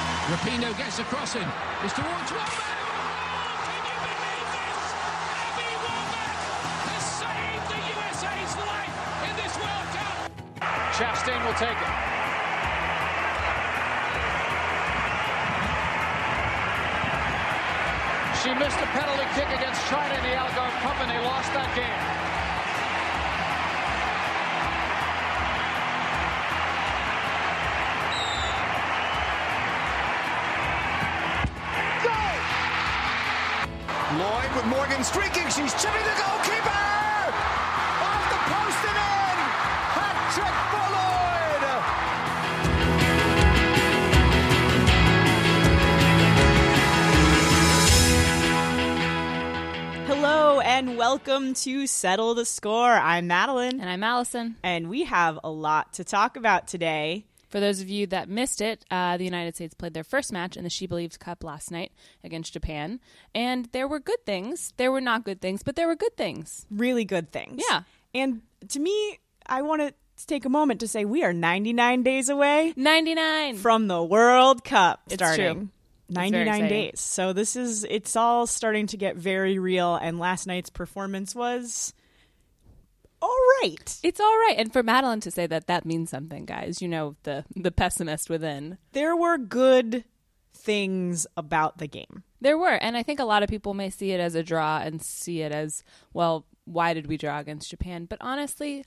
Caicedo gets the crossing. It's towards Welbeck. Can you believe this? Abby Welbeck has saved the USA's life in this World Cup. Chastain will take it. She missed a penalty kick against China in the Algarve Cup and they lost that game. Lloyd with Morgan streaking. She's chipping the goalkeeper! Off the post and in! Hat trick for Lloyd! Hello and welcome to Settle the Score. I'm Madeline, And I'm Allison. and we have a lot to talk about today. For those of you that missed it, uh, the United States played their first match in the She Believes Cup last night against Japan. And there were good things. There were not good things, but there were good things. Really good things. Yeah. And to me, I want to take a moment to say we are 99 days away 99. from the World Cup It's starting. true. very 99 exciting. days. So this is it's all starting to get very real and last night's performance was all right. it's all right. And for Madeline to say that, that means something, guys. You know, the, the pessimist within. There were good things about the game. There were. And I think a lot of people may see it as a draw and see it as, well, why did we draw against Japan? But honestly,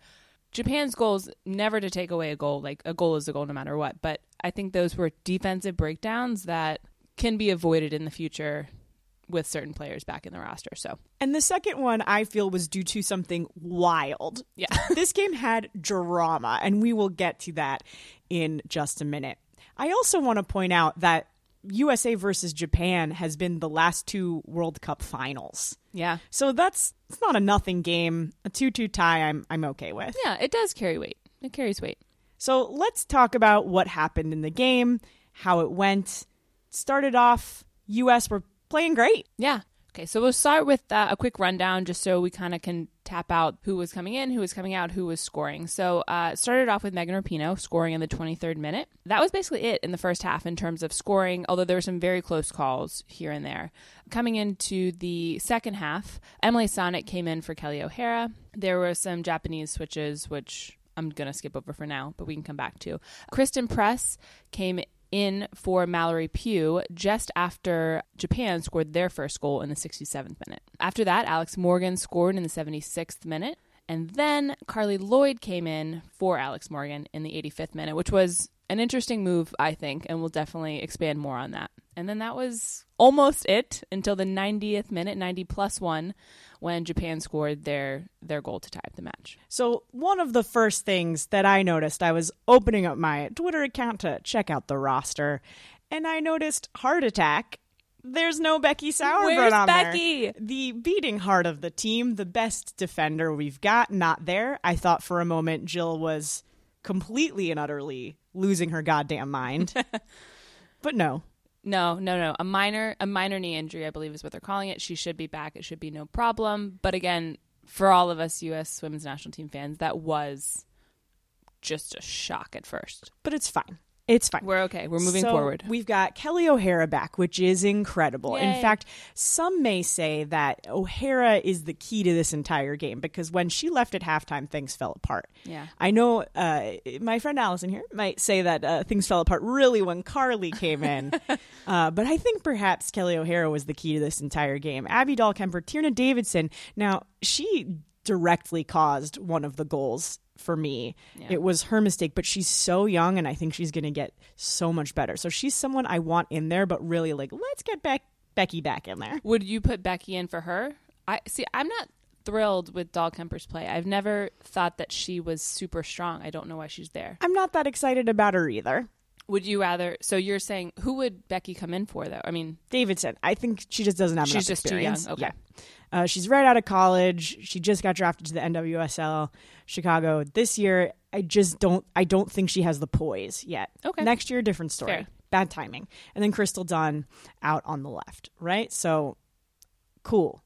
Japan's goal is never to take away a goal. Like, a goal is a goal no matter what. But I think those were defensive breakdowns that can be avoided in the future with certain players back in the roster. So, And the second one I feel was due to something wild. yeah. this game had drama, and we will get to that in just a minute. I also want to point out that USA versus Japan has been the last two World Cup finals. yeah. So that's it's not a nothing game. A 2-2 tie I'm I'm okay with. Yeah, it does carry weight. It carries weight. So let's talk about what happened in the game, how it went. Started off US were playing great. Yeah. Okay, so we'll start with uh, a quick rundown just so we kind of can tap out who was coming in, who was coming out, who was scoring. So uh, it started off with Megan Rapino scoring in the 23rd minute. That was basically it in the first half in terms of scoring, although there were some very close calls here and there. Coming into the second half, Emily Sonnet came in for Kelly O'Hara. There were some Japanese switches, which I'm going to skip over for now, but we can come back to. Kristen Press came in for Mallory Pugh just after Japan scored their first goal in the 67th minute. After that, Alex Morgan scored in the 76th minute. And then Carly Lloyd came in for Alex Morgan in the 85th minute, which was an interesting move, I think, and we'll definitely expand more on that. And then that was almost it until the 90th minute, 90 plus 1, when Japan scored their their goal to tie up the match. So, one of the first things that I noticed, I was opening up my Twitter account to check out the roster, and I noticed Heart Attack. There's no Becky Sauerbrunn Where's on there. Becky? The beating heart of the team, the best defender we've got, not there. I thought for a moment Jill was completely and utterly losing her goddamn mind. but no, No, no, no. A minor a minor knee injury, I believe is what they're calling it. She should be back. It should be no problem. But again, for all of us US women's national team fans, that was just a shock at first. but it's fine. It's fine. We're okay. We're moving So forward. We've got Kelly O'Hara back, which is incredible. In Yay. fact, some may say that O'Hara is the key to this entire game because when she left at halftime, things fell apart. Yeah. I know uh, my friend Allison here might say that uh, things fell apart really when Carly came in, uh, but I think perhaps Kelly O'Hara was the key to this entire game. Abby Dahlkemper, Tierna Davidson. Now she directly caused one of the goals for me. It was her mistake, but she's so young, and I think she's going to get so much better. So she's someone I want in there, but really, like, let's get back Becky back in there. Would you put Becky in for her? I see I'm not thrilled with Dahl Kemper's play. I've never thought that she was super strong. I don't know why she's there. I'm not that excited about her either. Would you rather so you're saying who would Becky come in for though? I mean Davidson. I think she just doesn't have She's enough just too young. experience. Okay. Yeah. Uh, she's right out of college. She just got drafted to the NWSL Chicago this year. I just don't. I don't think she has the poise yet. Okay. Next year, different story. Fair. Bad timing. And then Crystal Dunn out on the left. Right. So cool.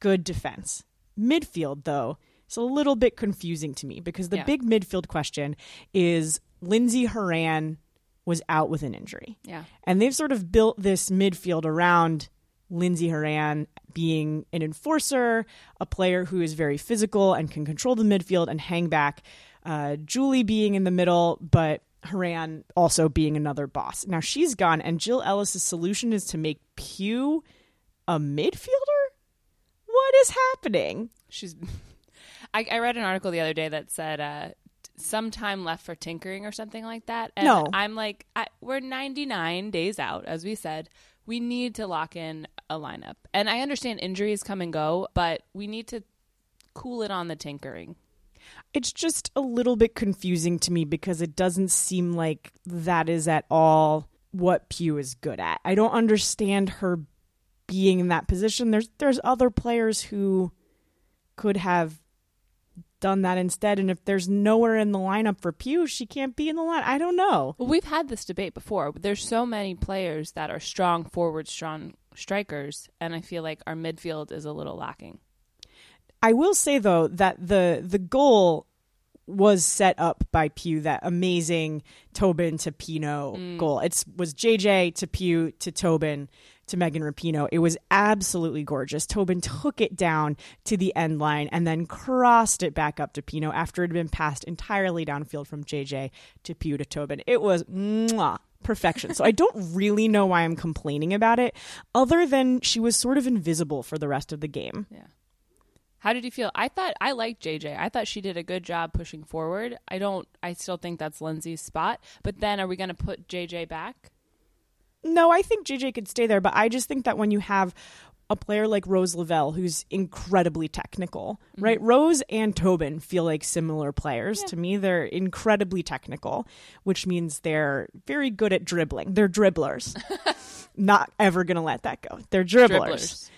Good defense. Midfield though, it's a little bit confusing to me because the Yeah. big midfield question is Lindsay Horan was out with an injury. Yeah. And they've sort of built this midfield around Lindsey Horan being an enforcer, a player who is very physical and can control the midfield and hang back, uh, Julie being in the middle, but Horan also being another boss. Now she's gone, and Jill Ellis's solution is to make Pew a midfielder? What is happening? She's. I, I read an article the other day that said uh, t- some time left for tinkering or something like that. And No. I'm like, I, we're 99 days out, as we said. We need to lock in a lineup. And I understand injuries come and go, but we need to cool it on the tinkering. It's just a little bit confusing to me because it doesn't seem like that is at all what Pew is good at. I don't understand her being in that position. There's there's other players who could have done that instead and if there's nowhere in the lineup for Pew, she can't be in the line. I don't know. Well, we've had this debate before. There's so many players that are strong forward, strong strikers, and I feel like our midfield is a little lacking. I will say though that the the goal was set up by Pew that amazing Tobin to Pino goal. It was JJ to Pew to Tobin to Megan Rapino. It was absolutely gorgeous. Tobin took it down to the end line and then crossed it back up to Pino after it had been passed entirely downfield from JJ to Pew to Tobin. It was mwah, perfection. So I don't really know why I'm complaining about it other than she was sort of invisible for the rest of the game. How did you feel? I thought I liked JJ. I thought she did a good job pushing forward. I don't. I still think that's Lindsay's spot. But then, are we going to put JJ back? No, I think JJ could stay there, but I just think that when you have a player like Rose Lavelle, who's incredibly technical, right? Rose and Tobin feel like similar players to me. They're incredibly technical, which means they're very good at dribbling. They're dribblers. Not ever going to let that go. They're dribblers.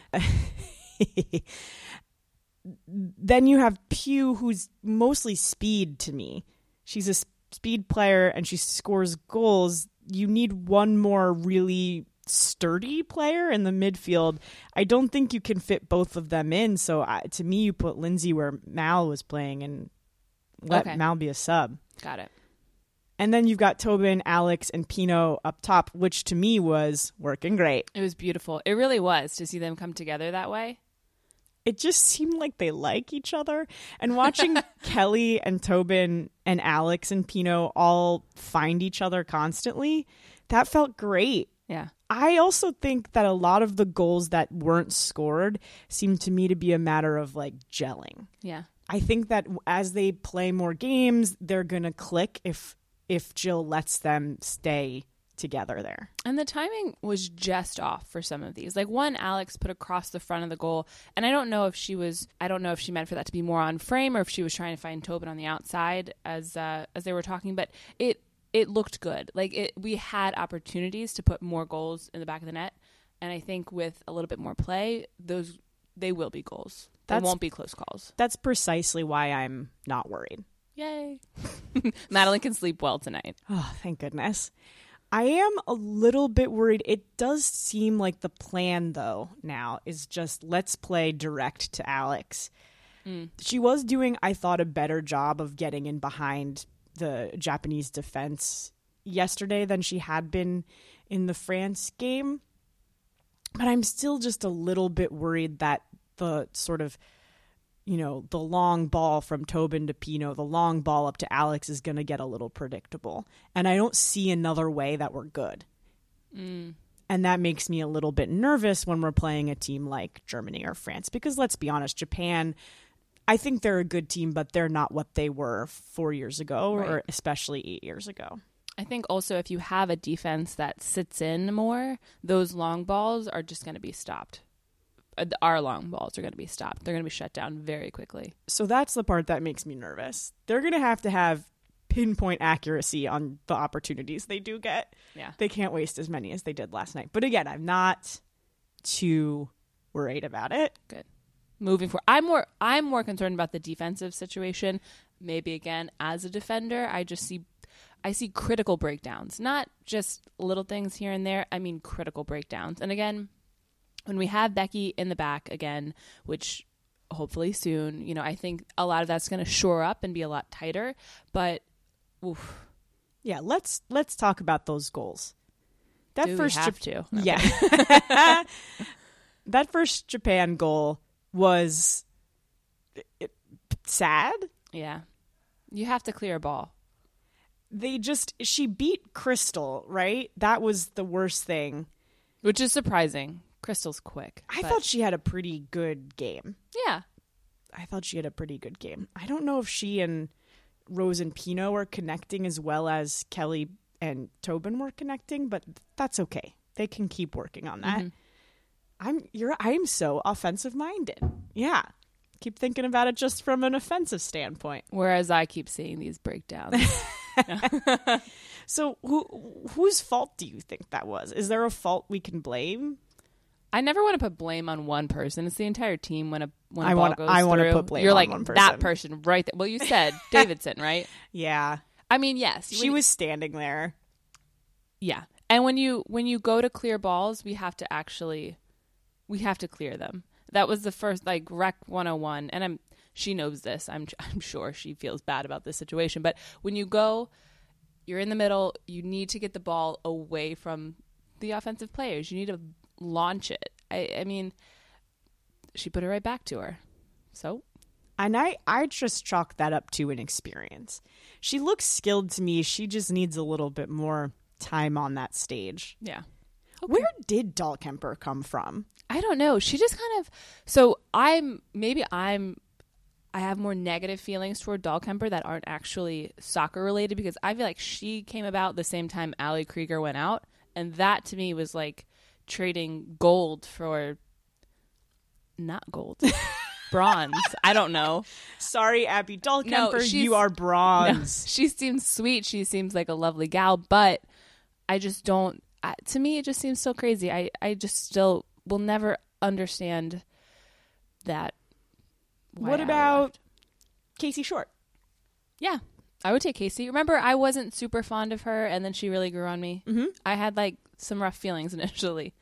Then you have Pew, who's mostly speed to me. She's a s- speed player and she scores goals. You need one more really sturdy player in the midfield. I don't think you can fit both of them in. So I, to me, you put Lindsay where Mal was playing and let Okay. Mal be a sub. Got it. And then you've got Tobin, Alex, and Pino up top, which to me was working great. It was beautiful. It really was to see them come together that way. it just seemed like they like each other. And watching Kelly and Tobin and Alex and Pino all find each other constantly, that felt great. Yeah. I also think that a lot of the goals that weren't scored seemed to me to be a matter of like gelling. Yeah. I think that as they play more games, they're going to click if if Jill lets them stay together there. And the timing was just off for some of these. Like one, Alex put across the front of the goal, and I don't know if she was. I don't know if she meant for that to be more on frame or if she was trying to find Tobin on the outside as uh, as they were talking. But it it looked good. Like it, we had opportunities to put more goals in the back of the net, and I think with a little bit more play, those they will be goals. That That's- won't be close calls. That's precisely why I'm not worried. Yay! Madeline can sleep well tonight. Oh, thank goodness. I am a little bit worried. It does seem like the plan, though, now is just let's play direct to Alex. She was doing, I thought, a better job of getting in behind the Japanese defense yesterday than she had been in the France game. But I'm still just a little bit worried that the sort of you know, the long ball from Tobin to Pino, the long ball up to Alex is going to get a little predictable. And I don't see another way that we're good. And that makes me a little bit nervous when we're playing a team like Germany or France. Because let's be honest, Japan, I think they're a good team, but they're not what they were four years ago or Right. especially eight years ago. I think also if you have a defense that sits in more, those long balls are just going to be stopped. Uh, th- Our long balls are going to be stopped. They're going to be shut down very quickly. So that's the part that makes me nervous. They're going to have to have pinpoint accuracy on the opportunities they do get. Yeah. They can't waste as many as they did last night. But again, I'm not too worried about it. Good. Moving forward, I'm more I'm more concerned about the defensive situation. Maybe again as a defender, I just see I see critical breakdowns, not just little things here and there. I mean critical breakdowns. And again, when we have Becky in the back again, which hopefully soon, you know, I think a lot of that's going to shore up and be a lot tighter, but oof, Yeah, let's let's talk about those goals. That Do we first have Jap- to? Yeah. that first Japan goal was it- it- sad. Yeah. You have to clear a ball. They just she beat Crystal, right? That was the worst thing. Which is surprising. Crystal's quick. I but- thought she had a pretty good game. Yeah. I thought she had a pretty good game. I don't know if she and Rose and Pino are connecting as well as Kelly and Tobin were connecting, but that's okay. They can keep working on that. I'm you're I'm so offensive minded. Yeah. Keep thinking about it just from an offensive standpoint. Whereas I keep seeing these breakdowns. So who whose fault do you think that was? Is there a fault we can blame? I never want to put blame on one person. It's the entire team when a when a I ball wanna- goes I wanna through. put blame You're on like one that person." person right there. Well, you said Davidson, right? Yeah. I mean, yes, She when- was standing there. Yeah, and when you when you go to clear balls, we have to actually we have to clear them. That was the first like rec 101 and I'm she knows this. I'm I'm sure she feels bad about this situation, but when you go you're in the middle, you need to get the ball away from the offensive players. You need to launch it. I I mean she put it right back to her. So, And I, I just chalk that up to an experience. She looks skilled to me. She just needs a little bit more time on that stage. yeah. Where did Dahlkemper come from? I don't know. She just kind of. So I'm maybe I'm. I have more negative feelings toward Dahlkemper that aren't actually soccer related because I feel like she came about the same time Allie Krieger went out, and that to me was like trading gold for not gold, bronze. I don't know. Sorry, Abby Dahlkemper, she's- you are bronze. She seems sweet. She seems like a lovely gal, but I just don't. I, to me, it just seems so crazy. I, I just still will never understand that. why What Allie about left. Casey Short? Yeah, I would take Casey. Remember, I wasn't super fond of her, and then she really grew on me. Mm-hmm. I had like some rough feelings initially.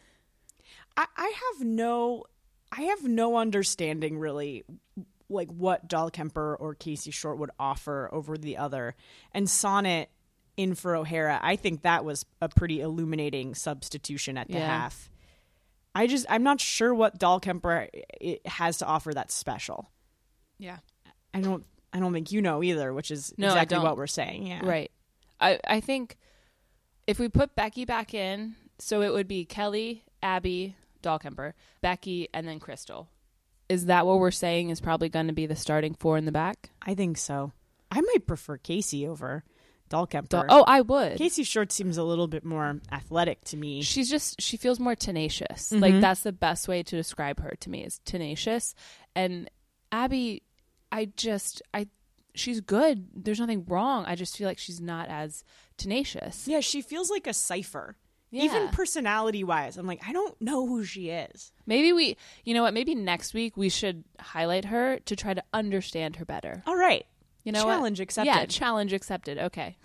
I, I have no I have no understanding really like what Dahlkemper or Casey Short would offer over the other. And Sonnet in for O'Hara, I think that was a pretty illuminating substitution at the Yeah. half. I just I'm not sure what Dahlkemper it has to offer that's special. Yeah. I don't I don't think you know either, which is No, I exactly don't. what we're saying. Yeah. Right. I, I think if we put Becky back in, so it would be Kelly, Abby, Dahlkemper, Becky, and then Crystal. Is that what we're saying is probably going to be the starting four in the back? I think so. I might prefer Casey over Dahlkemper. Dahl- oh, I would. Casey Short seems a little bit more athletic to me. She's just she feels more tenacious. Mm-hmm. Like that's the best way to describe her to me is tenacious. And Abby, I just I she's good. There's nothing wrong. I just feel like she's not as tenacious. Yeah, she feels like a cipher. Yeah. Even personality wise, I'm like, I don't know who she is. Maybe we, you know what? Maybe next week we should highlight her to try to understand her better. All right. You know, what? challenge accepted. Yeah, challenge accepted. Okay,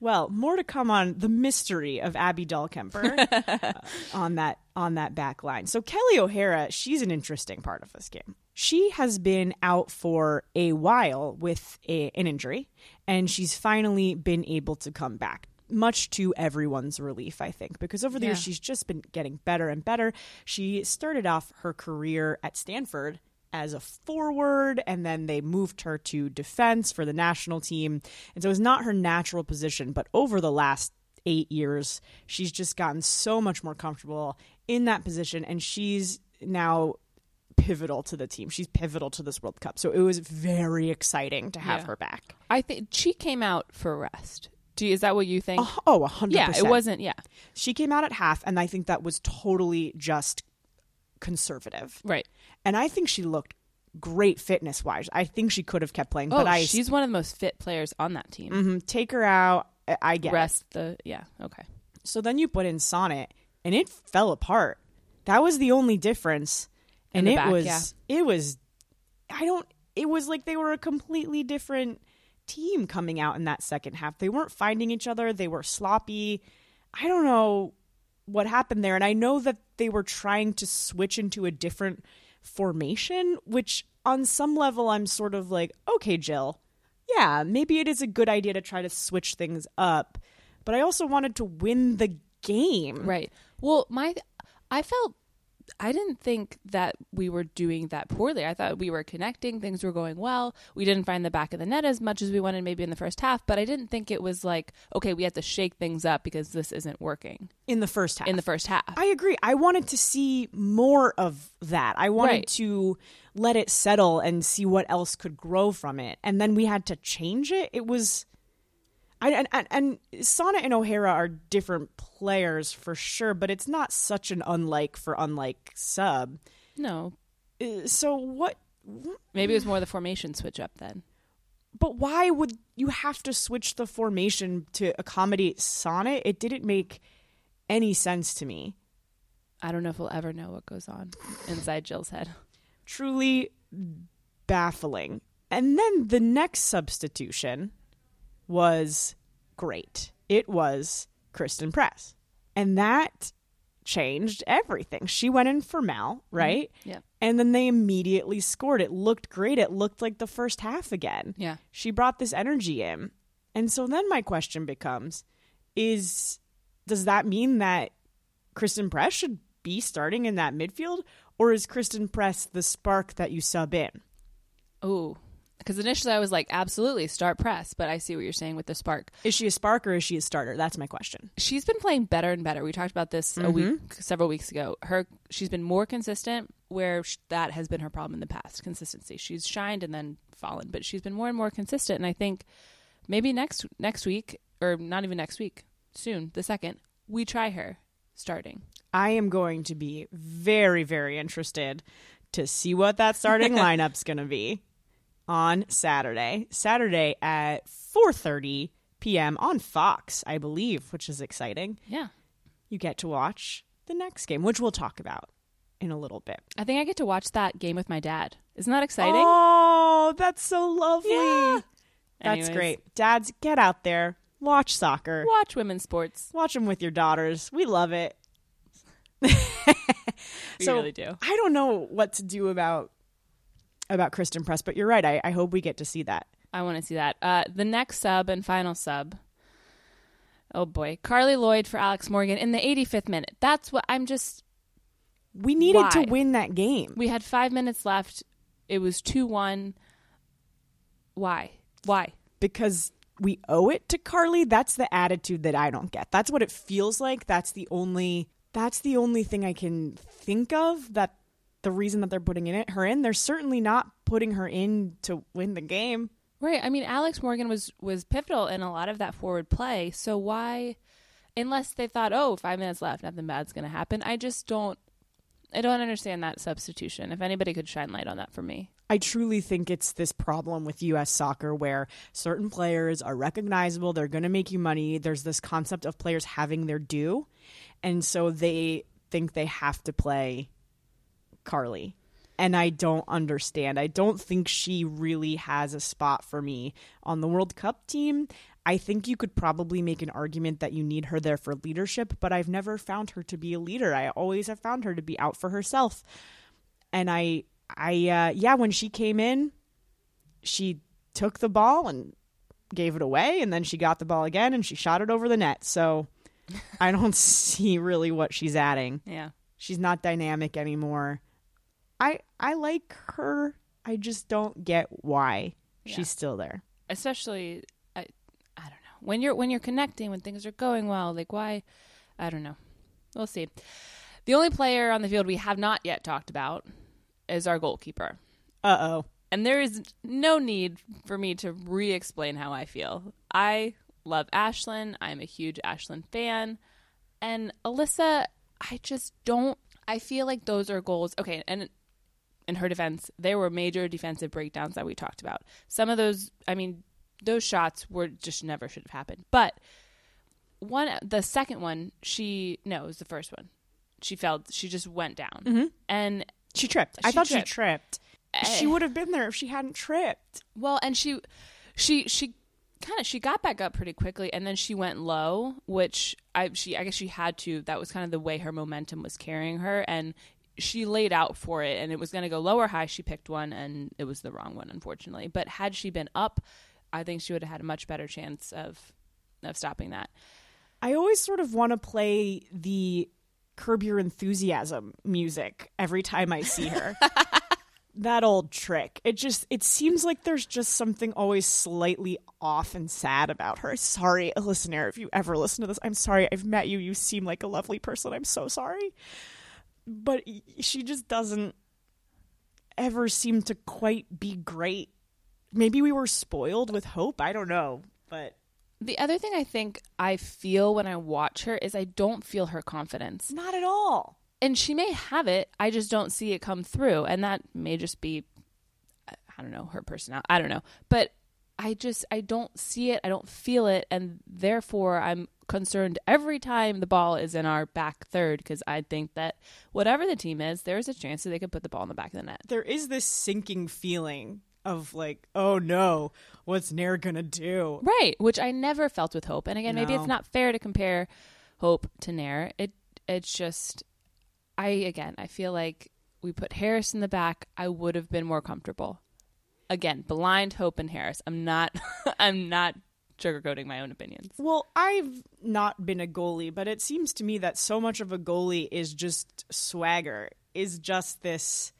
well, more to come on the mystery of Abby Dahlkemper uh, on that on that back line. So Kelly O'Hara, she's an interesting part of this game. She has been out for a while with a, an injury, and she's finally been able to come back. Much to everyone's relief, I think, because over the years she's just been getting better and better. She started off her career at Stanford as a forward and then they moved her to defense for the national team and so it's not her natural position but over the last eight years she's just gotten so much more comfortable in that position and she's now pivotal to the team she's pivotal to this world cup so it was very exciting to have Yeah. her back I think she came out for rest. Do you, is that what you think? oh 100% yeah, it wasn't. Yeah, she came out at half and i think that was totally just conservative right. and i think she looked great fitness wise i think she could have kept playing Oh, but i she's one of the most fit players on that team. Mhm. take her out. I- I get it. Rest the yeah. Okay, So then you put in Sonnet, and it fell apart. That was the only difference, and the it back, was yeah. it was. I don't. It was like they were a completely different team coming out in that second half. They weren't finding each other. They were sloppy. I don't know what happened there, and I know that they were trying to switch into a different formation, which on some level I'm sort of like, okay, Jill, yeah, maybe it is a good idea to try to switch things up. But I also wanted to win the game. Right. Well, my I felt I didn't think that we were doing that poorly. I thought we were connecting, things were going well. We didn't find the back of the net as much as we wanted maybe in the first half, but I didn't think it was like, okay, we have to shake things up because this isn't working In the first half. in the first half. I agree. I wanted to see more of that. I wanted Right. to let it settle and see what else could grow from it. And then we had to change it. It was I and and, and Sana and O'Hara are different players for sure, but it's not such an unlike for unlike sub. no. Uh, So what Maybe it was more the formation switch up then. but why would you have to switch the formation to accommodate Sana? It didn't make any sense to me. I don't know if we'll ever know what goes on inside Jill's head. truly baffling. And then the next substitution was great. It was Kristen Press. And that changed everything. She went in for Mal, right? Yep. And then they immediately scored. It looked great. It looked like the first half again. Yeah. She brought this energy in. And so then my question becomes is does that mean that Kristen Press should be starting in that midfield or is Kristen Press the spark that you sub in? Ooh. Because initially I was like, absolutely, start press. But I see what you're saying with the spark. Is she a spark or is she a starter? That's my question. she's been playing better and better. We talked about this a week, Mm-hmm. several weeks ago. Her she's been more consistent. Where sh- that has been her problem in the past, consistency. She's shined and then fallen, but she's been more and more consistent. And I think maybe next next week, or not even next week, soon the second we try her starting. I am going to be very, very interested to see what that starting lineup's going to be on Saturday. Saturday at 4:30 p.m. on Fox, I believe, which is exciting. Yeah, You get to watch the next game, which we'll talk about in a little bit. I think I get to watch that game with my dad. Isn't that exciting? Oh, that's so lovely. Yeah. That's Anyways. great. Dads, get out there, watch soccer. Watch women's sports. Watch them with your daughters. We love it. We So, really do. I don't know what to do about about Kristen Press, but you're right. I, I hope we get to see that. I want to see that. Uh, the next sub and final sub. Oh boy, Carly Lloyd for Alex Morgan in the 85th minute. That's what I'm just. We needed to Why? win that game. We had five minutes left. It was two one. Why? Why? because we owe it to Carly. That's the attitude that I don't get. That's what it feels like. That's the only that's the only thing I can think of that the reason that they're putting in it her in. They're certainly not putting her in to win the game. Right. I mean, Alex Morgan was was pivotal in a lot of that forward play. So why? Unless they thought, oh, five minutes left, nothing bad's going to happen. I just don't. I don't understand that substitution. If anybody could shine light on that for me, I truly think it's this problem with US soccer where certain players are recognizable, they're going to make you money. There's this concept of players having their due. And so they think they have to play Carly. And I don't understand. I don't think she really has a spot for me on the World Cup team. I think you could probably make an argument that you need her there for leadership, but I've never found her to be a leader. I always have found her to be out for herself and I I uh yeah, when she came in, she took the ball and gave it away and then she got the ball again and she shot it over the net. So I don't see really what she's adding. yeah. She's not dynamic anymore. I I like her. I just don't get why Yeah. she's still there. especially I, I don't know when you're when you're connecting when things are going well like why I don't know we'll see the only player on the field we have not yet talked about is our goalkeeper Uh-oh. and there is no need for me to re-explain how I feel I love Ashlyn I'm a huge Ashlyn fan and Alyssa I just don't I feel like those are goals okay and in her defense, there were major defensive breakdowns that we talked about. Some of those, I mean, those shots were just never should have happened. But one, the second one, she no, it was the first one. She fell. She just went down, and She tripped. I She thought tripped. Eh. she tripped. She would have been there if she hadn't tripped. well, and she, she, she kind of she got back up pretty quickly, and then she went low, which I she I guess she had to. That was kind of the way her momentum was carrying her, and she laid out for it, and it was going to go low or high. She picked one, and it was the wrong one, unfortunately. But had she been up, I think she would have had a much better chance of of stopping that. I always sort of want to play the curb your enthusiasm music every time I see her. that old trick. It just it seems like there's just something always slightly off and sad about her. Sorry, a listener, if you ever listen to this, I'm sorry. I've met you. You seem like a lovely person. I'm so sorry. But y- she just doesn't ever seem to quite be great. Maybe we were spoiled with hope. I don't know, but The other thing I think I feel when I watch her is I don't feel her confidence. not at all. And she may have it, I just don't see it come through. And that may just be, I I don't know, her personality. I don't know. But I just, I don't see it, I don't feel it. And therefore, I'm concerned every time the ball is in our back third because I think that whatever the team is, there is a chance that they could put the ball in the back of the net. there is this sinking feeling of like, oh no, what's Nair gonna do? Right, which I never felt with Hope. And again, maybe No. it's not fair to compare Hope to Nair. It it's just I again, I feel like we put Harris in the back, I would have been more comfortable. Again, blind Hope and Harris. I'm not I'm not sugarcoating my own opinions. Well, I've not been a goalie, but it seems to me that so much of a goalie is just swagger, is just this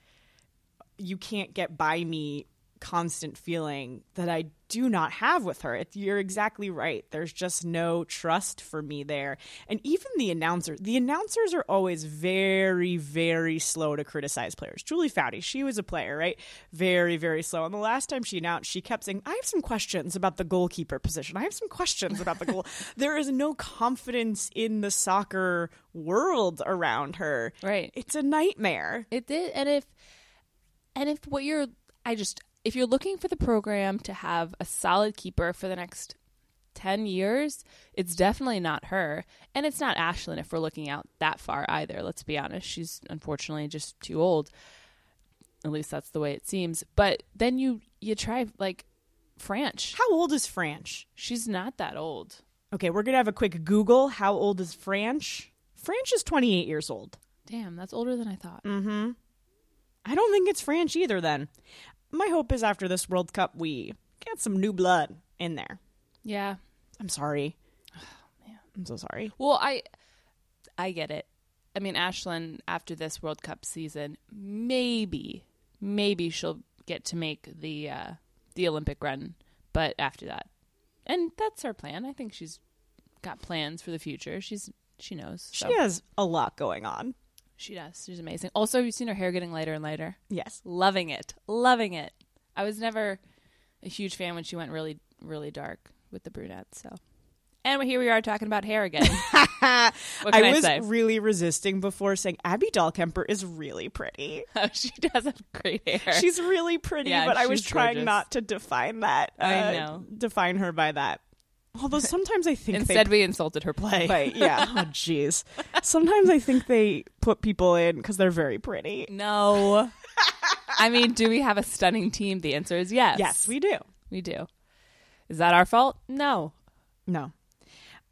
you can't get by me constant feeling that I do not have with her. It, you're exactly right. There's just no trust for me there. And even the announcer, the announcers are always very, very slow to criticize players. Julie Foudy, she was a player, right? Very, very slow. And the last time she announced, she kept saying, I have some questions about the goalkeeper position. I have some questions about the goal. there is no confidence in the soccer world around her. Right. It's a nightmare. It did, and if and if what you're, I just if you're looking for the program to have a solid keeper for the next ten years, it's definitely not her, and it's not Ashlyn if we're looking out that far either. Let's be honest, she's unfortunately just too old. At least that's the way it seems. But then you you try like Franch. How old is Franch? She's not that old. Okay, we're gonna have a quick Google. How old is Franch? Franch is 28 years old. Damn, that's older than I thought. I don't think it's Franch either. Then, my hope is after this World Cup, we get some new blood in there. Yeah. I'm sorry. I'm so sorry. Well, I I get it. I mean, Ashlyn after this World Cup season, maybe maybe she'll get to make the uh the Olympic run, but after that. And that's her plan. I think she's got plans for the future. She's she knows. So. She has a lot going on. She does. She's amazing. Also, you've seen her hair getting lighter and lighter. Yes. Loving it. Loving it. I was never a huge fan when she went really really dark with the brunette, so. And here we are talking about hair again. what can I, I was say? really resisting before saying Abby Dahlkemper is really pretty. Oh, she does have great hair. She's really pretty, Yeah, but I was she's trying gorgeous. not to define that. uh, I know. Define her by that. Although sometimes I think they Instead, we insulted her play. Right. Yeah. Oh, jeez. Sometimes I think they put people in because they're very pretty. No. I mean, do we have a stunning team? The answer is yes. Yes, we do. we do. Is that our fault? No. No.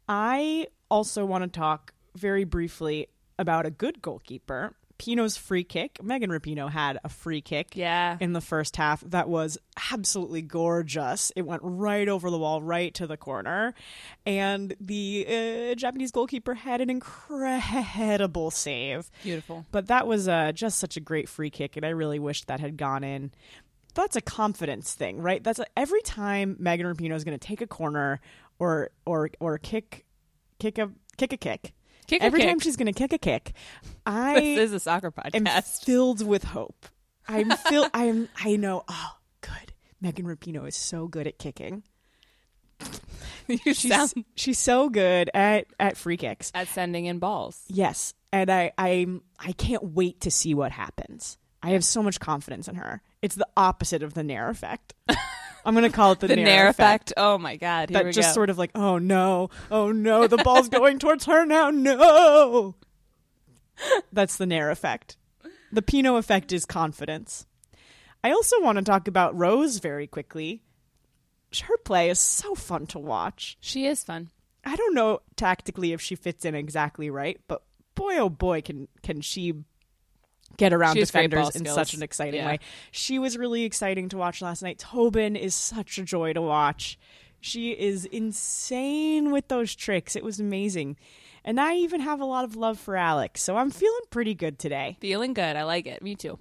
I also want to talk very briefly about a good goalkeeper. Pino's free kick. Megan Rapino had a free kick Yeah. in the first half that was absolutely gorgeous. It went right over the wall, right to the corner. And the uh, Japanese goalkeeper had an incredible save. Beautiful. But that was uh, just such a great free kick, and I really wish that had gone in. That's a confidence thing, right? That's a, every time Megan Rapinoe is going to take a corner or or or kick kick a kick a kick. Kick a every kick. time she's going to kick a kick, I This is a soccer podcast. am filled with hope. I'm filled. I'm. I know. Oh, good. Megan Rapinoe is so good at kicking. you She's sound she's so good at at free kicks. at sending in balls. Yes, and I I'm I can't wait to see what happens. I have so much confidence in her. It's the opposite of the Nair effect. I'm going to call it the, The Nair, Nair effect. effect. Oh my God. Here That we just go. sort of like, oh no, oh no, the ball's going towards her now. No, that's the Nair effect. The Pino effect is confidence. I also want to talk about Rose very quickly. Her play is so fun to watch. she is fun. I don't know tactically if she fits in exactly right, but boy oh boy can can she get around She has great ball defenders in such skills. an exciting Yeah. way. She was really exciting to watch last night. Tobin is such a joy to watch. She is insane with those tricks. It was amazing. And I even have a lot of love for Alex, so I'm feeling pretty good today. Feeling good. I like it. Me too.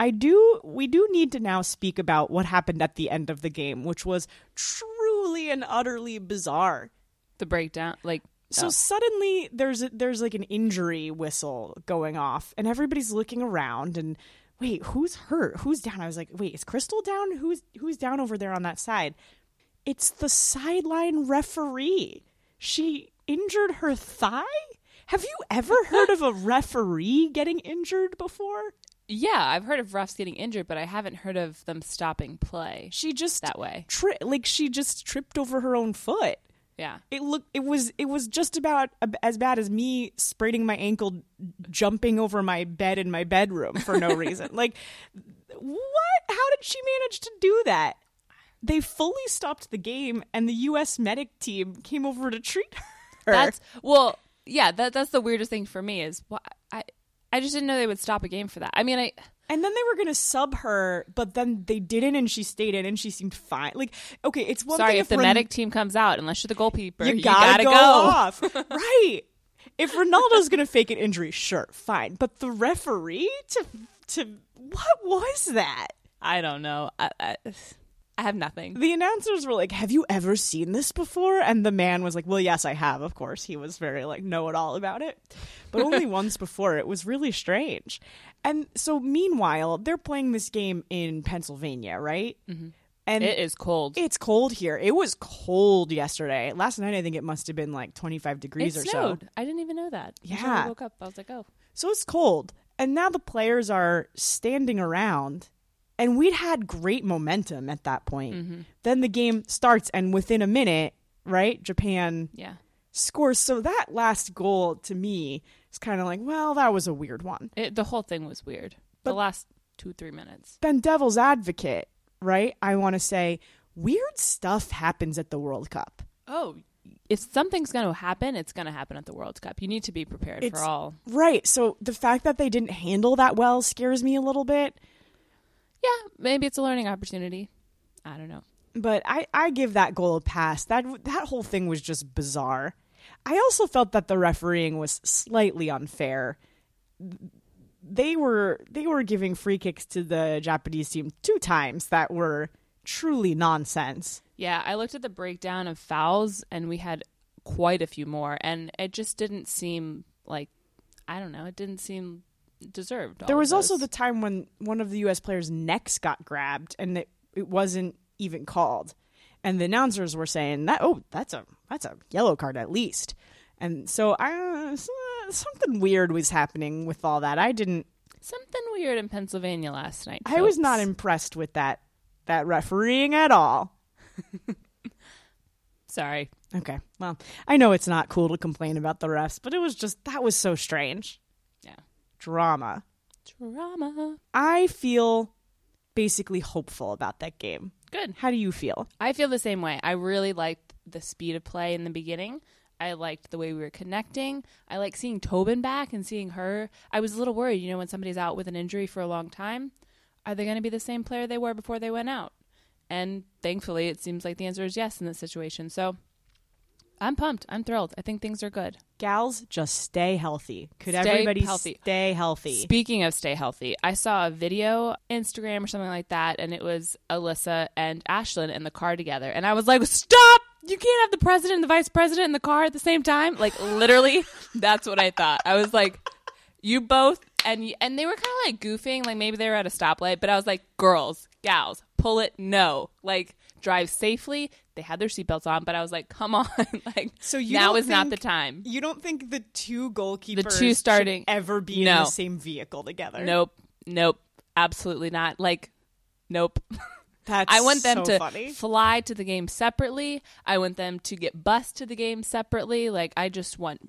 I do we do need to now speak about what happened at the end of the game, which was truly and utterly bizarre. The breakdown, like So oh. suddenly there's a, there's like an injury whistle going off, and everybody's looking around and wait, who's hurt? Who's down? I was like, wait, is Crystal down? Who's who's down over there on that side? It's the sideline referee. She injured her thigh. Have you ever heard of a referee getting injured before? yeah, I've heard of refs getting injured, but I haven't heard of them stopping play She just that way. tri- like she just tripped over her own foot. Yeah. it looked it was it was just about ab- as bad as me spraining my ankle jumping over my bed in my bedroom for no reason like what how did she manage to do that they fully stopped the game and the us medic team came over to treat her That's well, yeah. That that's the weirdest thing for me is why I I just didn't know they would stop a game for that. I mean, I and then they were going to sub her but then they didn't and she stayed in and she seemed fine like okay it's one sorry thing if the Ren- medic team comes out unless you're the goalkeeper, you, you gotta, go. go, off. right. If Ronaldo's gonna fake an injury, sure, fine. But the referee to to what was that? I don't know. I, I, I have nothing. The announcers were like, "Have you ever seen this before?" And the man was like, "Well, yes, I have. Of course." He was very like know-it-all about it, but only once before. It was really strange. And so, meanwhile, they're playing this game in Pennsylvania, right? Mm-hmm. And It is cold. it's cold here. It was cold yesterday. Last night, I think it must have been like 25 degrees It or so. snowed. I didn't even know that. Until I Yeah. woke up. I was like, oh, So it's cold. And now the players are standing around. And we'd had great momentum at that point. Mm-hmm. Then the game starts, and within a minute, right, Japan yeah. scores. So that last goal to me is kind of like, well, that was a weird one. It, the whole thing was weird. the But- last two three minutes. Then, devil's advocate, right, I want to say weird stuff happens at the World Cup. Oh, if something's going to happen, it's going to happen at the World Cup. You need to be prepared It's- for all. Right. So the fact that they didn't handle that well scares me a little bit. Yeah, maybe it's a learning opportunity. I don't know. but I, I give that goal a pass. That that whole thing was just bizarre. I also felt that the refereeing was slightly unfair. They were they were giving free kicks to the Japanese team two times that were truly nonsense. Yeah, I looked at the breakdown of fouls, and we had quite a few more, and it just didn't seem like I don't know. It didn't seem deserved. all There of was also those. the time when one of the U.S. players' necks got grabbed and it, it wasn't even called, and the announcers were saying that oh that's a that's a yellow card at least, and so I so- something weird was happening with all that. I didn't something weird in Pennsylvania last night. I was folks. not impressed with that that refereeing at all. sorry. Okay, well I know it's not cool to complain about the refs, but it was just that was so strange Yeah, drama. drama. I feel basically hopeful about that game. Good. How do you feel? I feel the same way. I really liked the speed of play in the beginning. I liked the way we were connecting. I like seeing Tobin back and seeing her. I was a little worried, you know, when somebody's out with an injury for a long time, are they going to be the same player they were before they went out? And thankfully, it seems like the answer is yes in this situation. So I'm pumped. I'm thrilled. I think things are good. Gals, just stay healthy. Could Stay everybody healthy. stay healthy? Speaking of stay healthy, I saw a video, Instagram or something like that, and it was Alyssa and Ashlyn in the car together. And I was like, stop! You can't have the president and the vice president in the car at the same time. Like, literally, that's what I thought. I was like, you both. And, y- and they were kind of like goofing, like maybe they were at a stoplight, but I was like, girls, gals, pull it, no. Like, drive safely. They had their seatbelts on, but I was like, come on. like, So you now don't is not the think- time. you don't think the two goalkeepers two should starting- ever be in No. the same vehicle together? Nope. Nope. Absolutely not. Like, nope. That's I want so them to funny. fly to the game separately. I want them to get bused to the game separately. Like, I just want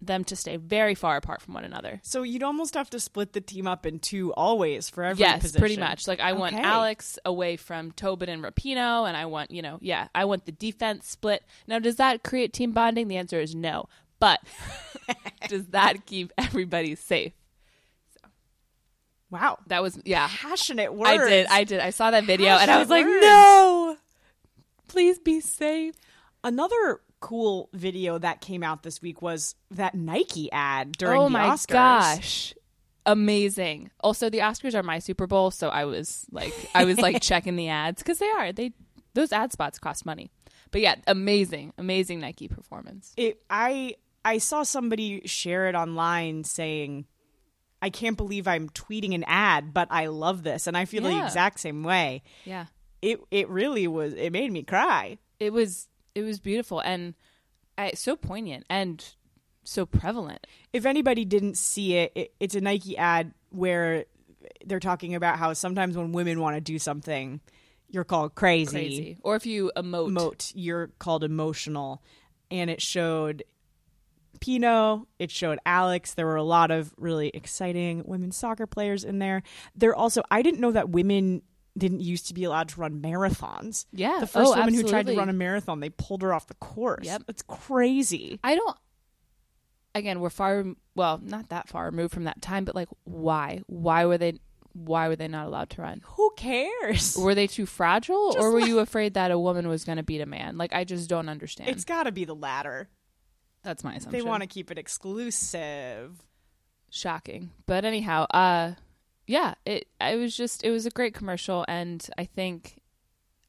them to stay very far apart from one another. So you'd almost have to split the team up in two always for every Yes, position. pretty much. Like, I want Okay. Alex away from Tobin and Rapino, and I want, you know, yeah, I want the defense split. Now, does that create team bonding? The answer is no. But does that keep everybody safe? Wow. That was yeah. Passionate words. I did. I did. I saw that video and I Passionate was like, words. "No. Please be safe." Another cool video that came out this week was that Nike ad during oh the my Oscars. gosh. Amazing. Also, the Oscars are my Super Bowl, so I was like I was like checking the ads cuz they are. They those ad spots cost money. But yeah, amazing. Amazing Nike performance. It, I I saw somebody share it online saying, "I can't believe I'm tweeting an ad, but I love this," and I feel the Yeah. exact same way. Yeah. It it really was. It made me cry. It was it was beautiful and uh, so poignant and so prevalent. if anybody didn't see it, it it's a Nike ad where they're talking about how sometimes when women want to do something, you're called crazy. Crazy. Or if you emote, Emote, you're called emotional. And it showed Pino, it showed Alex. There were a lot of really exciting women soccer players in there. There also, I didn't know that women didn't used to be allowed to run marathons. Yeah. The first Oh, woman who tried to absolutely. run a marathon, they pulled her off the course. Yep. That's crazy. I don't. Again, we're far. rem- Well, not that far removed from that time, but like, why? Why were they? Why were they not allowed to run? Who cares? Were they too fragile, or were you afraid that a woman was going to beat a man? Like, I just don't understand. It's got to be the latter. That's my assumption. They want to keep it exclusive. shocking, but anyhow, uh, yeah. It. I was just. It was a great commercial, and I think,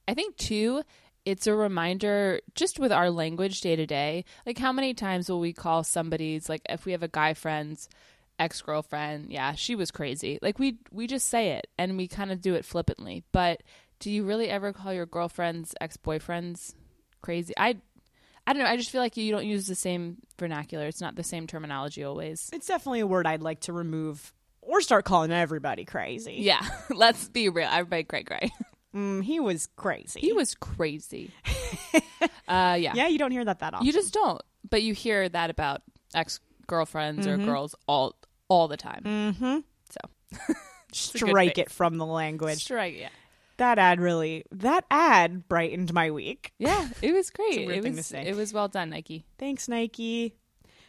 I think too. It's a reminder just with our language day to day. Like, how many times will we call somebody's, like, if we have a guy friend's ex girlfriend, yeah, she was crazy. Like we we just say it and we kind of do it flippantly. But do you really ever call your girlfriend's ex boyfriends crazy? I I don't know. I just feel like you don't use the same vernacular. It's not the same terminology always. It's definitely a word I'd like to remove or start calling everybody crazy. Yeah, let's be real. Everybody, Greg Gray, Mm, he was crazy. he was crazy. uh, yeah. yeah, you don't hear that that often. you just don't. But you hear that about ex girlfriends or girls all all the time. Mm-hmm. So good Strike it from the language. strike, yeah. That ad really, that ad brightened my week. Yeah, it was great. weird it thing to was say. it was well done, Nike. Thanks, Nike.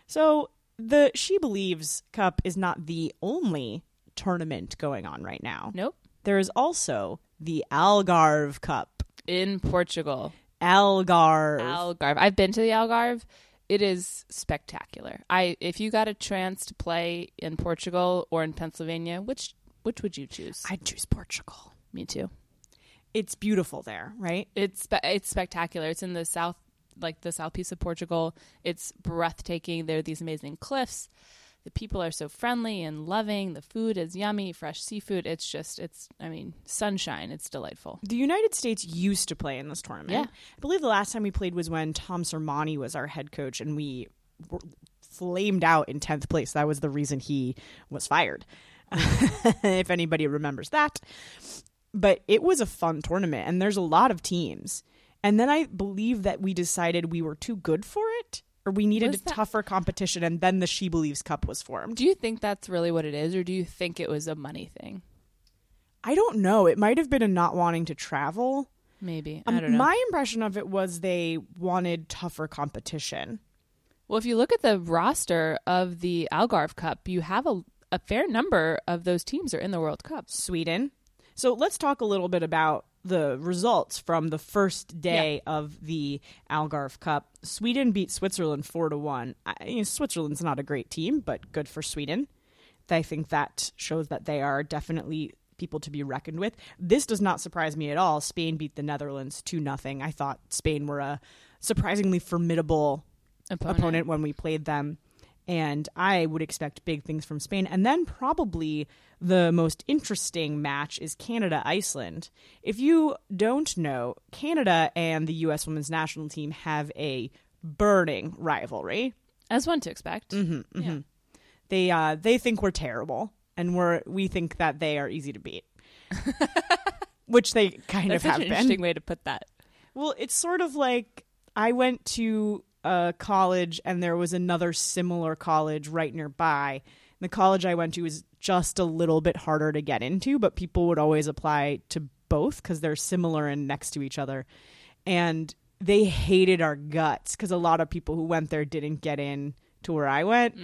So, the She Believes Cup is not the only tournament going on right now. Nope. There is also the Algarve Cup. In Portugal. Algarve. Algarve. I've been to the Algarve. It is spectacular. I if you got a chance to play in Portugal or in Pennsylvania, which which would you choose? I'd choose Portugal. Me too. It's beautiful there, right? It's spe- it's spectacular. It's in the south, like the south piece of Portugal. It's breathtaking. There are these amazing cliffs. The people are so friendly and loving. The food is yummy, fresh seafood. It's just, it's, I mean, sunshine. It's delightful. The United States used to play in this tournament. Yeah. I believe the last time we played was when Tom Sermani was our head coach and we were flamed out in 10th place. That was the reason he was fired, if anybody remembers that. But it was a fun tournament and there's a lot of teams. And then I believe that we decided we were too good for it or we needed Was a that- tougher competition. And then the She Believes Cup was formed. Do you think that's really what it is, or do you think it was a money thing? I don't know. It might have been a not wanting to travel. Maybe. Um, I don't know. My impression of it was they wanted tougher competition. Well, if you look at the roster of the Algarve Cup, you have a, a fair number of those teams are in the World Cups. Sweden. So let's talk a little bit about the results from the first day of the Algarve Cup. Sweden beat Switzerland four to one. I, you know, Switzerland's not a great team, but good for Sweden. I think that shows that they are definitely people to be reckoned with. This does not surprise me at all. Spain beat the Netherlands two nothing. I thought Spain were a surprisingly formidable Opponent. opponent when we played them. And I would expect big things from Spain. And then probably the most interesting match is Canada Iceland. If you don't know, Canada and the U.S. women's national team have a burning rivalry. As one to expect. Mm-hmm. Yeah. They uh, they think we're terrible, and we're we think that they are easy to beat, which they kind That's of such have an been. interesting way to put that. Well, it's sort of like I went to a college and there was another similar college right nearby. And the college I went to was just a little bit harder to get into, but people would always apply to both because they're similar and next to each other. And they hated our guts because a lot of people who went there didn't get in Mm. to where I went.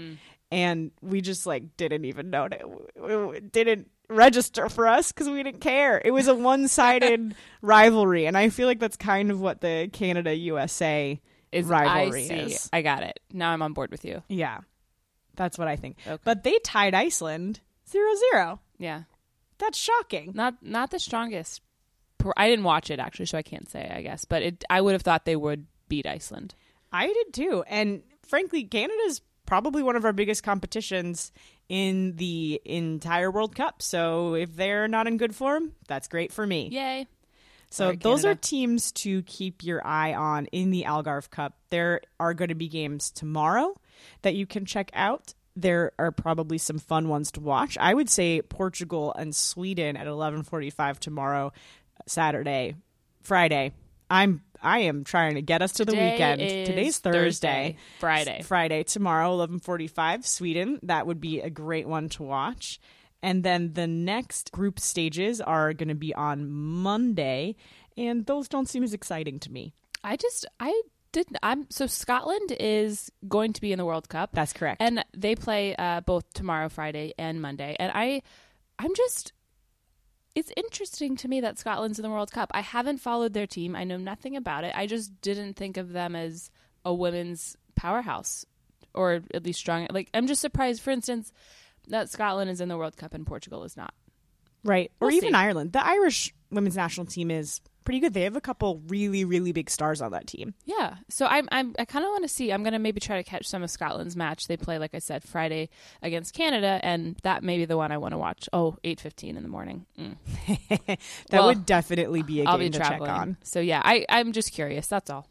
And we just like didn't even know it. Didn't register for us because we didn't care. It was a one sided rivalry. And I feel like that's kind of what the Canada USA Is rivalry I see. is. I got it. Now I'm on board with you. Yeah. That's what I think. But they tied Iceland 0 0. Yeah. That's shocking. Not not the strongest. per- I didn't watch it actually, so I can't say. I guess, but it. I would have thought they would beat Iceland. I did too. And frankly, Canada's probably one of our biggest competitions in the entire World Cup. So if they're not in good form, that's great for me. Yay! So Sorry, those are Canada. teams to keep your eye on in the Algarve Cup. There are going to be games tomorrow that you can check out. There are probably some fun ones to watch. I would say Portugal and Sweden at 11:45 tomorrow, Saturday, Friday. I'm I am trying to get us to the Today weekend. is Today's Thursday. Friday. Friday tomorrow, eleven forty-five, Sweden. That would be a great one to watch. And then the next group stages are going to be on Monday, and those don't seem as exciting to me. I just I didn't. I'm so Scotland is going to be in the World Cup. That's correct. and they play uh, both tomorrow, Friday, and Monday. And I, I'm just. It's interesting to me that Scotland's in the World Cup. I haven't followed their team. I know nothing about it. I just didn't think of them as a women's powerhouse, or at least strong. Like I'm just surprised. For instance, that Scotland is in the World Cup and Portugal is not. right, or We'll even see. Ireland. The Irish women's national team is pretty good. They have a couple really, really big stars on that team. Yeah. So I'm, I'm I kind of want to see. I'm going to maybe try to catch some of Scotland's match. They play, like I said, Friday against Canada, and that may be the one I want to watch. Oh, 8.15 in the morning. Mm. That Well, would definitely be a I'll be game to check traveling. on. So yeah, I, I'm just curious. That's all.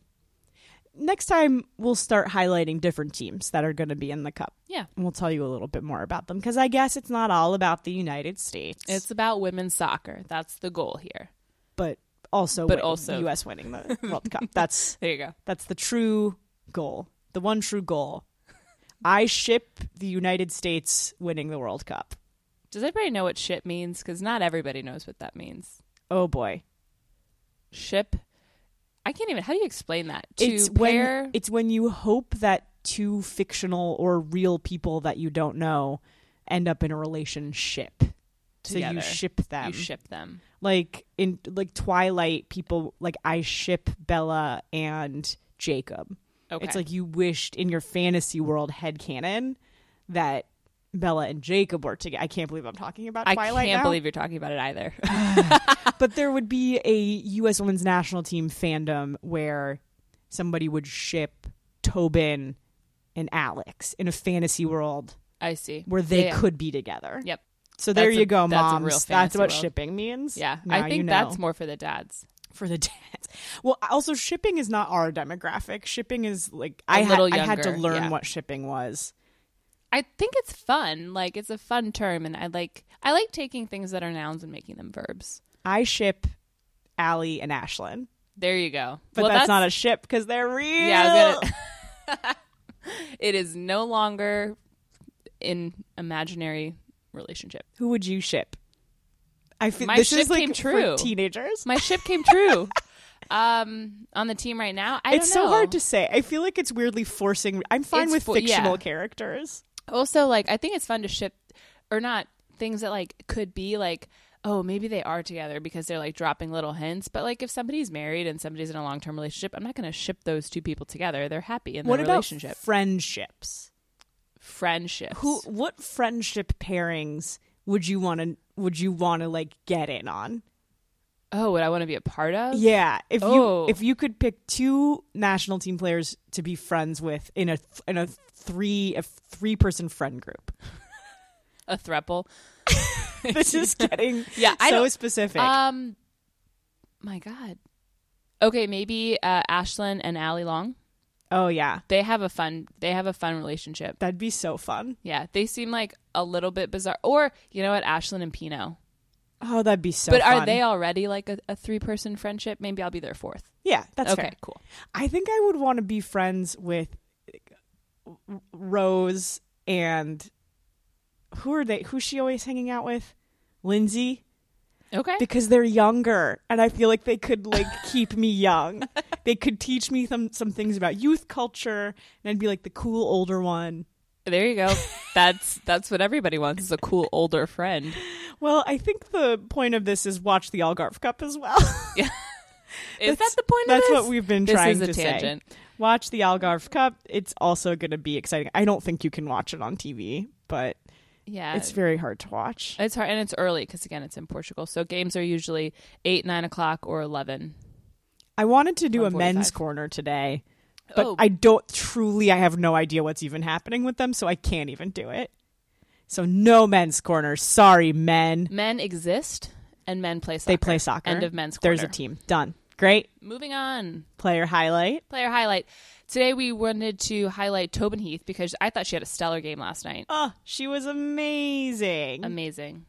Next time, we'll start highlighting different teams that are going to be in the cup. Yeah. And we'll tell you a little bit more about them because I guess it's not all about the United States. It's about women's soccer. That's the goal here. but also But win- also- the U.S. winning the World Cup. That's There you go. that's the true goal, the one true goal. I ship the United States winning the World Cup. Does everybody know what ship means? Because not everybody knows what that means. Oh boy, Ship. I can't even. How do you explain that? To it's pair. when it's when you hope that two fictional or real people that you don't know end up in a relationship. So Together. you ship them. you ship them. like in like Twilight, people like I ship Bella and Jacob. Okay. It's like you wished in your fantasy world headcanon that Bella and Jacob were together. I can't believe I'm talking about I Twilight can't now. believe you're talking about it either. but there would be a U.S. women's national team fandom where somebody would ship Tobin and Alex in a fantasy world I see. where they Yeah. could be together. Yep. So there That's a- you go, that's a real moms. That's, fantasy what world. shipping means. Yeah, Now I you think know. that's more for the dads. for the dads. Well, also shipping is not our demographic. Shipping is like I had, little I had to younger, learn yeah. what shipping was. I think it's fun. Like it's a fun term, and I like I like taking things that are nouns and making them verbs. I ship Allie and Ashlyn, There you go. but that's, not a ship because they're real. yeah. I was gonna- it is no longer in imaginary relationship. Who would you ship? I feel My this ship is like came for true. teenagers. My ship came true. um, on the team right now, I it's so don't know. hard to say. I feel like it's weirdly forcing. I'm fine It's with fo- yeah. fictional characters. also like i think it's fun to ship or not things that like could be like oh maybe they are together because they're like dropping little hints but like if somebody's married and somebody's in a long-term relationship i'm not going to ship those two people together they're happy in their What about relationship friendships? friendships Who? What friendship pairings would you want to? Would you want to like get in on? oh would i want to be a part of Yeah, if Oh. you if you could pick two national team players to be friends with in a th- in a three a three person friend group, a thruple this is getting Yeah, I so don't- specific. um my god okay maybe uh ashlyn and Allie long oh yeah, they have a fun they have a fun relationship that'd be so fun. yeah they seem like a little bit bizarre or you know what ashlyn and pino Oh, that'd be so. But fun. are they already like a, a three person friendship? Maybe I'll be their fourth. Yeah, that's okay, fair. cool. I think I would want to be friends with uh, Rose and who are they? Who's she always hanging out with? Lindsay. Okay. because they're younger and i feel like they could like keep me young they could teach me some some things about youth culture and i'd be like the cool older one there you go. That's that's what everybody wants is a cool older friend. Well, I think the point of this is watch the Algarve Cup as well. Is that the point That's of this? what we've been This trying is a to tangent. say. Watch the Algarve Cup. It's also going to be exciting. I don't think you can watch it on TV, but Yeah. Uh, it's very hard to watch. It's hard, and it's early because again, it's in Portugal. So games are usually eight, nine o'clock, or eleven. I wanted to do a men's 145. corner today, but Oh. I don't truly I have no idea what's even happening with them, so I can't even do it. So no men's corner. Sorry, men. Men exist, and men play soccer. They play soccer. End of men's There's a corner. team. Done. Great. Moving on, Player highlight. player highlight. Today we wanted to highlight Tobin Heath because I thought she had a stellar game last night. Oh, she was amazing. Amazing.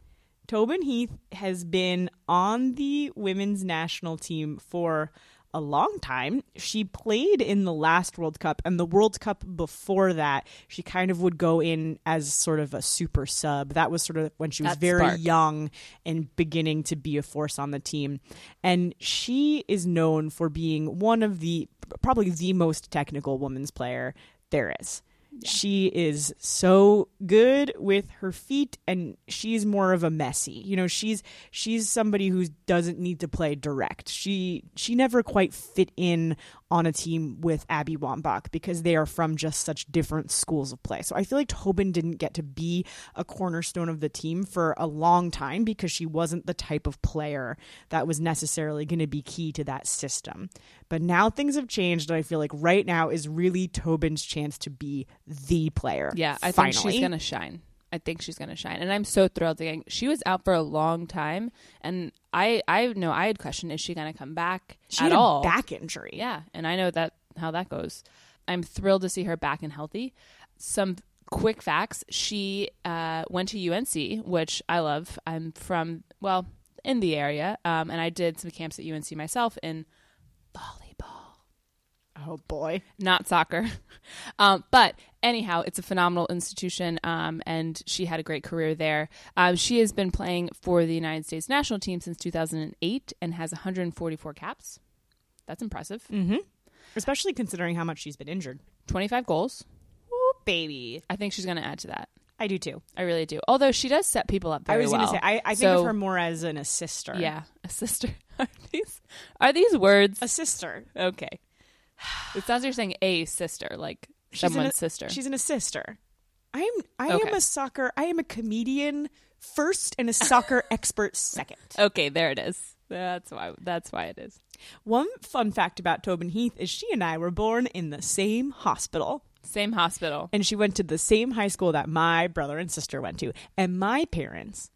Tobin Heath has been on the women's national team for a long time. She played in the last World Cup and the World Cup before that. She kind of would go in as sort of a super sub. That was sort of when she was That very spark. young and beginning to be a force on the team. And she is known for being one of the probably the most technical women's player there is. She is so good with her feet and she's more of a messy. You know, she's she's somebody who doesn't need to play direct. She she never quite fit in on a team with Abby Wambach because they are from just such different schools of play. So I feel like Tobin didn't get to be a cornerstone of the team for a long time because she wasn't the type of player that was necessarily going to be key to that system. But now things have changed, and I feel like right now is really Tobin's chance to be the player. Yeah, I finally. think she's gonna shine. I think she's gonna shine, and I'm so thrilled. Again, she was out for a long time, and I, I know I had questioned is she gonna come back She at had a all? back injury. Yeah, and I know that how that goes. I'm thrilled to see her back and healthy. Some quick facts: she uh, went to UNC, which I love. I'm from well in the area, um, and I did some camps at UNC myself in volleyball Oh boy. not soccer. Um, but anyhow, it's a phenomenal institution, um, and she had a great career there. Um, she has been playing for the United States national team since 2008 and has 144 caps. That's impressive. Mm. Especially considering how much she's been injured. 25 goals. Ooh, baby. I think she's going to add to that. I do too. I really do. Although she does set people up I very was well. going to say, I, I think So, of her more as an assister. Yeah, a sister. Are these are these words? A sister. Okay. It sounds like you're saying a sister, like She's an- someone's sister. She's an assister. I am I Okay. am a soccer I am a comedian first and a soccer expert second. okay, there it is. That's why. That's why it is. One fun fact about Tobin Heath is she and I were born in the same hospital. Same hospital. And she went to the same high school that my brother and sister went to. And my parents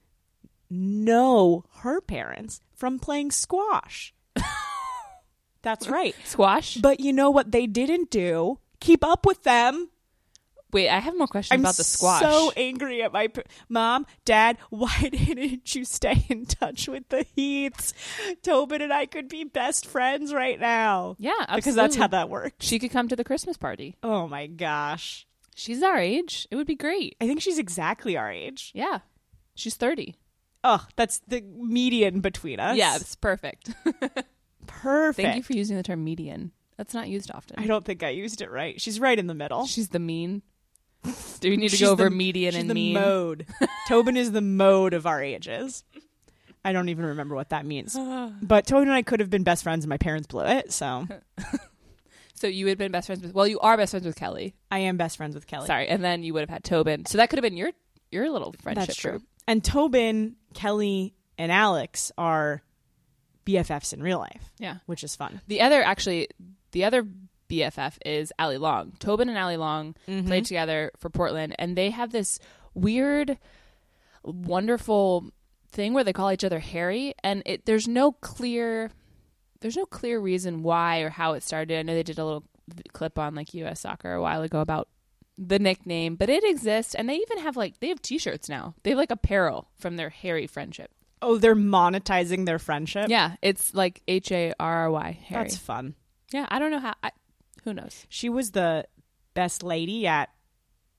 know her parents from playing squash. That's right. Squash. But you know what they didn't do? Keep up with them. Wait, I have more questions about the squash. so angry at my p- mom, dad. Why didn't you stay in touch with the Heaths? Tobin and I could be best friends right now. yeah, because that's absolutely. how that works. she could come to the Christmas party. Oh my gosh. She's our age. It would be great. I think she's exactly our age. Yeah, she's thirty. Oh, that's the median between us. Yeah, it's perfect. Perfect. Thank you for using the term median. That's not used often. I don't think I used it right. She's right in the middle. She's the mean. Do we need to She's go over the- median she's and the mean? mode. Tobin is the mode of our ages. I don't even remember what that means. But Tobin and I could have been best friends, and my parents blew it. So So you would have been best friends with. Well, you are best friends with Kelly. I am best friends with Kelly. Sorry, and then you would have had Tobin. So that could have been your your little friendship That's true. group. And Tobin, Kelly, and Alex are BFFs in real life, Yeah. which is fun. The other, actually, the other BFF is Ali Long. Tobin and Ali Long played together for Portland, and they have this weird, wonderful thing where they call each other Harry, and it there's no clear, there's no clear reason why or how it started. I know they did a little clip on like U.S. Soccer a while ago about the nickname, but it exists, and they even have like they have T-shirts now. They have like apparel from their Harry friendship. Oh, they're monetizing their friendship. Yeah, it's like H A R R Y Harry. that's fun. yeah, I don't know how. I, who knows. She was the best lady at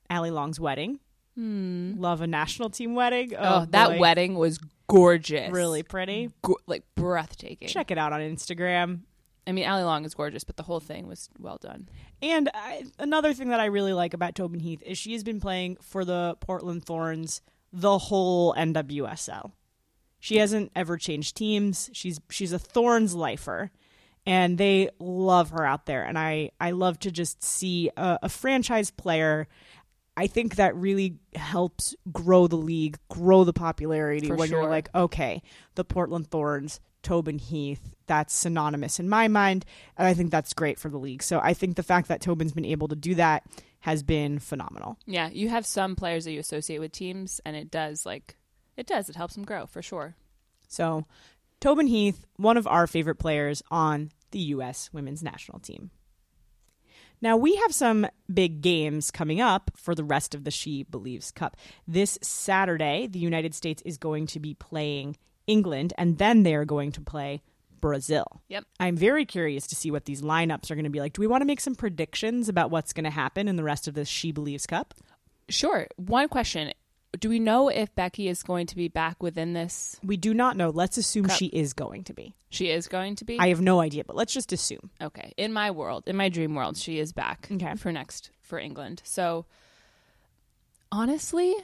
Allie Long's wedding. Love a national team wedding. Oh, Hmm. Oh, that boy. wedding was gorgeous. really pretty. Go- like breathtaking. Check it out on Instagram. I mean, Ally Long is gorgeous, but the whole thing was well done. And I, another thing that I really like about Tobin Heath is she has been playing for the Portland Thorns the whole NWSL. She hasn't ever changed teams. She's she's a Thorns lifer, and they love her out there. And I I love to just see a, a franchise player. I think that really helps grow the league, grow the popularity For when sure. you're like, okay, the Portland Thorns, Tobin Heath, that's synonymous in my mind. And I think that's great for the league. So I think the fact that Tobin's been able to do that has been phenomenal. Yeah, you have some players that you associate with teams, and it does like it does. It helps them grow for sure. So, Tobin Heath, one of our favorite players on the U.S. women's national team. Now, we have some big games coming up for the rest of the She Believes Cup. This Saturday, the United States is going to be playing England, and then they are going to play Brazil. Yep. I'm very curious to see what these lineups are going to be like. Do we want to make some predictions about what's going to happen in the rest of the She Believes Cup? Sure. One question: Do we know if Becky is going to be back within this? We do not know. Let's assume she is going to be. She is going to be. I have no idea, but let's just assume. okay. In my world, in my dream world, she is back. Okay. For next for England. So honestly,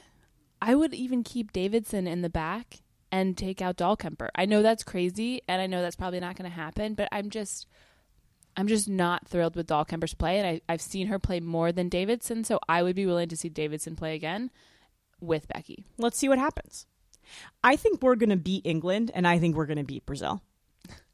I would even keep Davidson in the back and take out Dahlkemper. I know that's crazy, and I know that's probably not going to happen. But I'm just. I'm just not thrilled with Dahlkemper's play, and I, I've seen her play more than Davidson, so I would be willing to see Davidson play again with Becky. Let's see what happens. I think we're going to beat England, and I think we're going to beat Brazil.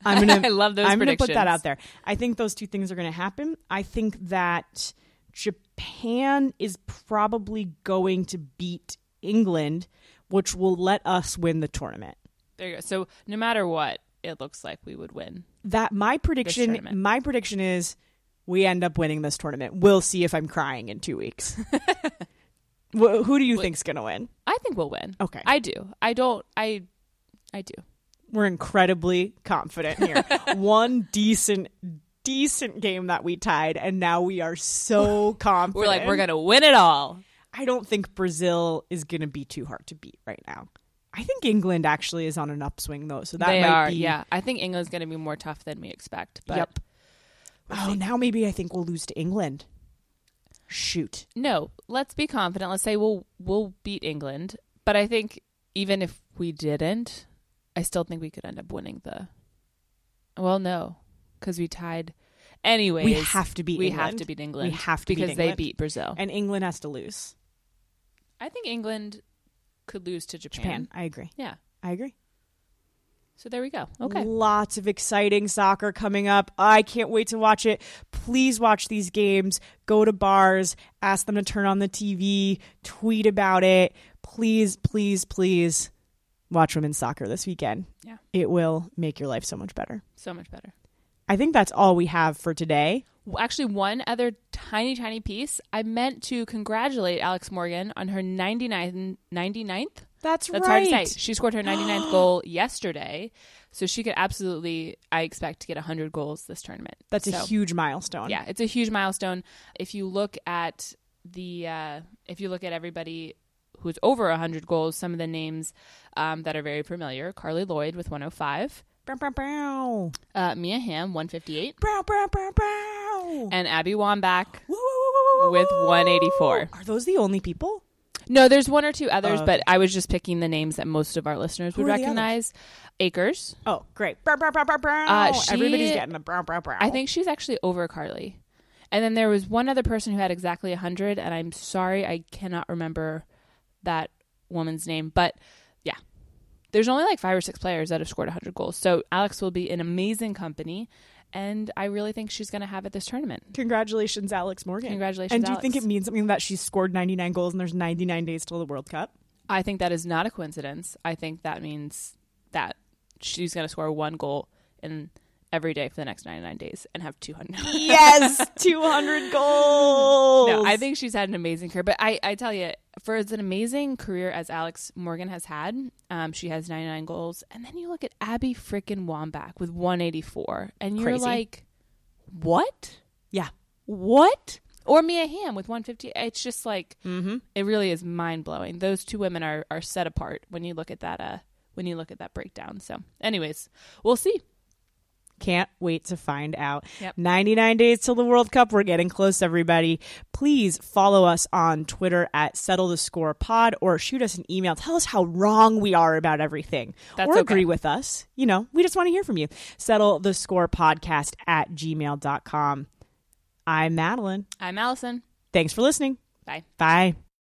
I'm gonna, I love those I'm gonna put that predictions. out there. I think those two things are going to happen. I think that Japan is probably going to beat England, which will let us win the tournament. There you go. So no matter what, it looks like we would win. That my prediction, tournament. my prediction is we end up winning this tournament. We'll see if I'm crying in two weeks. Wh- who do you think's going to win? I think we'll win. Okay. I do. I don't. I. I do. we're incredibly confident here. One decent decent game that we tied and now we are so confident. We're like we're gonna win it all. I don't think Brazil is going to be too hard to beat right now. I think England actually is on an upswing though, so that they might are. be Yeah. I think England's gonna be more tough than we expect. But Yep. Oh, now maybe I think we'll lose to England. Shoot. no, let's be confident. Let's say we'll we'll beat England. But I think even if we didn't, I still think we could end up winning the. Well, no, because we tied. Anyways, We have to beat We have England. to beat England. We have to beat because England. they beat Brazil. And England has to lose. I think England could lose to Japan. Japan. I agree. Yeah. I agree. So there we go. Okay. Lots of exciting soccer coming up. I can't wait to watch it. Please watch these games. Go to bars, ask them to turn on the TV, tweet about it. Please, please, please watch women's soccer this weekend. Yeah. It will make your life so much better. So much better. I think that's all we have for today. Well, Actually, one other tiny, tiny piece. I meant to congratulate Alex Morgan on her 99th. 99th? That's, That's right. hard to say. She scored her 99th goal yesterday. So she could absolutely, I expect, to get 100 goals this tournament. That's a So- huge milestone. yeah, it's a huge milestone. If you look at the uh, if you look at everybody who's over 100 goals, some of the names um, that are very familiar: Carly Lloyd with 105, Bow, bow, bow. uh, Mia Hamm 158, Bow, bow, bow, bow. and Abby Wambach. Woo, woo, woo, woo, woo, With woo. 184. Are those the only people? No, there's one or two others, Oh, but I was just picking the names that most of our listeners Who would are the recognize. Akers, Oh, great. Brow, brow, brow, brow, brow. Uh, she- Everybody's getting a brow, brow, brow. I think she's actually over Carly. And then there was one other person who had exactly 100, and I'm sorry, I cannot remember that woman's name. But yeah, there's only like five or six players that have scored 100 goals. So Alex will be in amazing company, and I really think she's going to have it this tournament. Congratulations, Alex Morgan. Congratulations, And do you think Alex. it means something that she's scored 99 goals and there's 99 days till the World Cup? I think that is not a coincidence. I think that means that she's going to score one goal in every day for the next 99 days and have 200. Yes, 200 goals. No, I think she's had an amazing career. But I, I tell you, for as an amazing career as Alex Morgan has had, um, she has 99 goals. And then you look at Abby frickin' Wambach with 184. And you're Crazy. like, what? yeah. What? Or Mia Hamm with 150. It's just like, it really is mind blowing. Those two women are, are set apart when you look at that. Uh, when you look at that breakdown. So, anyways, we'll see. Can't wait to find out. Yep. 99 days till the World Cup. We're getting close, everybody. Please follow us on Twitter at Settle the Score Pod or shoot us an email. Tell us how wrong we are about everything That's or okay. agree with us. You know, we just want to hear from you. Settle the Score Podcast at gmail.com. I'm Madeline. I'm Allison. Thanks for listening. Bye. Bye.